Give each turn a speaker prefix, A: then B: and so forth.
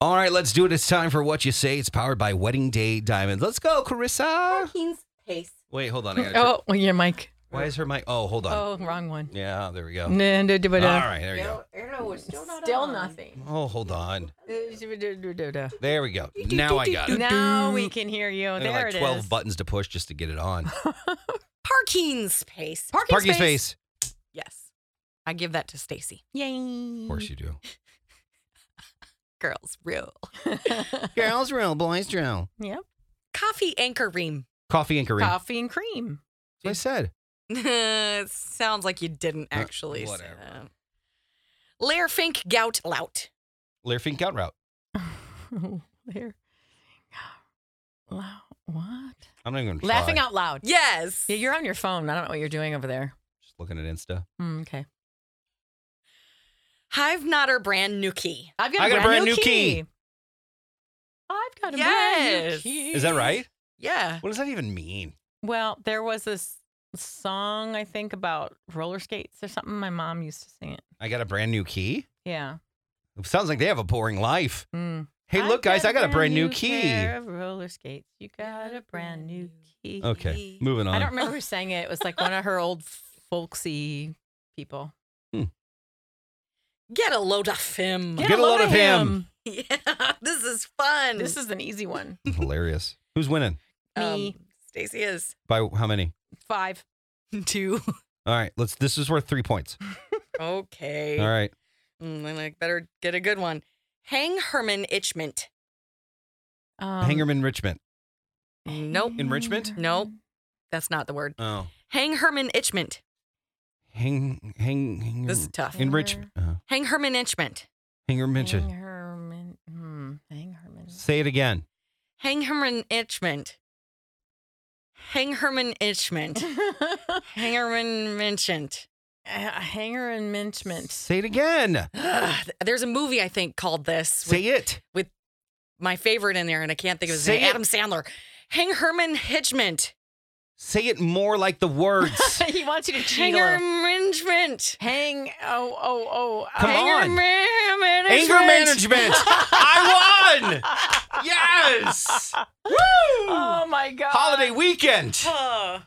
A: All right, let's do it. It's time for what you say. It's powered by Wedding Day Diamonds. Let's go, Carissa.
B: Parking space.
A: Wait, hold on. I gotta
C: Oh, well, your mic.
A: Why is her mic? Oh, hold on.
C: Oh, uh, wrong one.
A: Yeah, there we go.
C: All
A: All right, there we go.
B: No, no, we're still not
C: Still
B: on.
C: nothing.
A: Oh, hold on. There we go. Now I got it.
C: Now we can hear you.
A: And there
C: There
A: are like
C: it
A: 12
C: is.
A: buttons to push just to get it on.
B: Parking space.
C: Parking,
A: Parking space.
B: Yes. I give that to Stacy.
C: Yay.
A: Of course you do.
B: Girls, real.
A: Girls drill, boys drill.
C: yep.
B: Coffee anchor ream.
A: Coffee and Kareem.
C: Coffee and cream.
A: That's what I said.
B: It Sounds like you didn't
A: Uh,
B: actually. say
A: whatever.
B: that. Lair fink gout lout.
A: Lairfink out route.
C: there. Wow. What?
A: I'm not even gonna
C: Laughing
A: try.
C: out loud.
B: Yes.
C: Yeah, you're on your phone. I don't know what you're doing over there.
A: Just looking at Insta.
C: Mm, okay.
B: Hive Knotter brand new key.
C: I've
A: I got a brand new key.
C: I've got a brand new
B: Yes.
C: key.
A: Is that right?
B: Yeah.
A: What does that even mean?
C: Well, there was this song I think about roller skates or something. My mom used to sing it.
A: I got a brand new key.
C: Yeah.
A: It sounds like they have a boring life.
C: Mm.
A: Hey,
C: I've
A: look, guys, I got a brand new
C: pair
A: key.
C: of roller skates. You got a brand new key.
A: Okay, moving
C: I don't
A: on.
C: remember who sang it. It was like one of her old folksy people.
B: Get a load of him.
A: Get a load of him.
B: Yeah. This is fun.
C: This is an easy one.
A: Hilarious. Who's winning?
C: me.
B: Um, Stacy is
A: By how many?
C: Five.
B: two.
A: All right, let's. This is worth three points.
B: Okay.
A: All right.
B: Mm, then I better get a good one. Hang Herman Itchment.
C: Um,
A: Hangerman Richmond.
B: Nope.
A: Enrichment?
B: Nope. That's not the word.
A: Oh.
B: Hang Herman Itchment.
A: Hang, hang, hang.
B: This is tough.
A: Enrich. Uh,
B: Hang Herman Itchment.
A: Hangerman.
C: Hangerman. Hmm. Hangerman.
A: Say it again.
B: Hang Herman Itchment. Hang Herman Itchment. Hang Herman Mentioned.
C: Hanger and Minchment.
A: Say it again.
B: Ugh, there's a movie I think called this with
A: Say it.
B: my favorite in there, and I can't think of his
A: Say
B: name.
A: it.
B: Adam Sandler. Hang Herman Hitchment.
A: Say it more like the words.
C: he wants you to cheat.
B: Hang
C: Hang,
B: Herman Hitchment.
C: hang. Oh, oh, oh.
A: Come
C: uh,
A: on.
B: Hang Herman
A: Anger
B: Itchment.
A: management. I won. Yes. Woo.
C: Oh my God. Oh,
A: Holiday weekend.
B: Huh.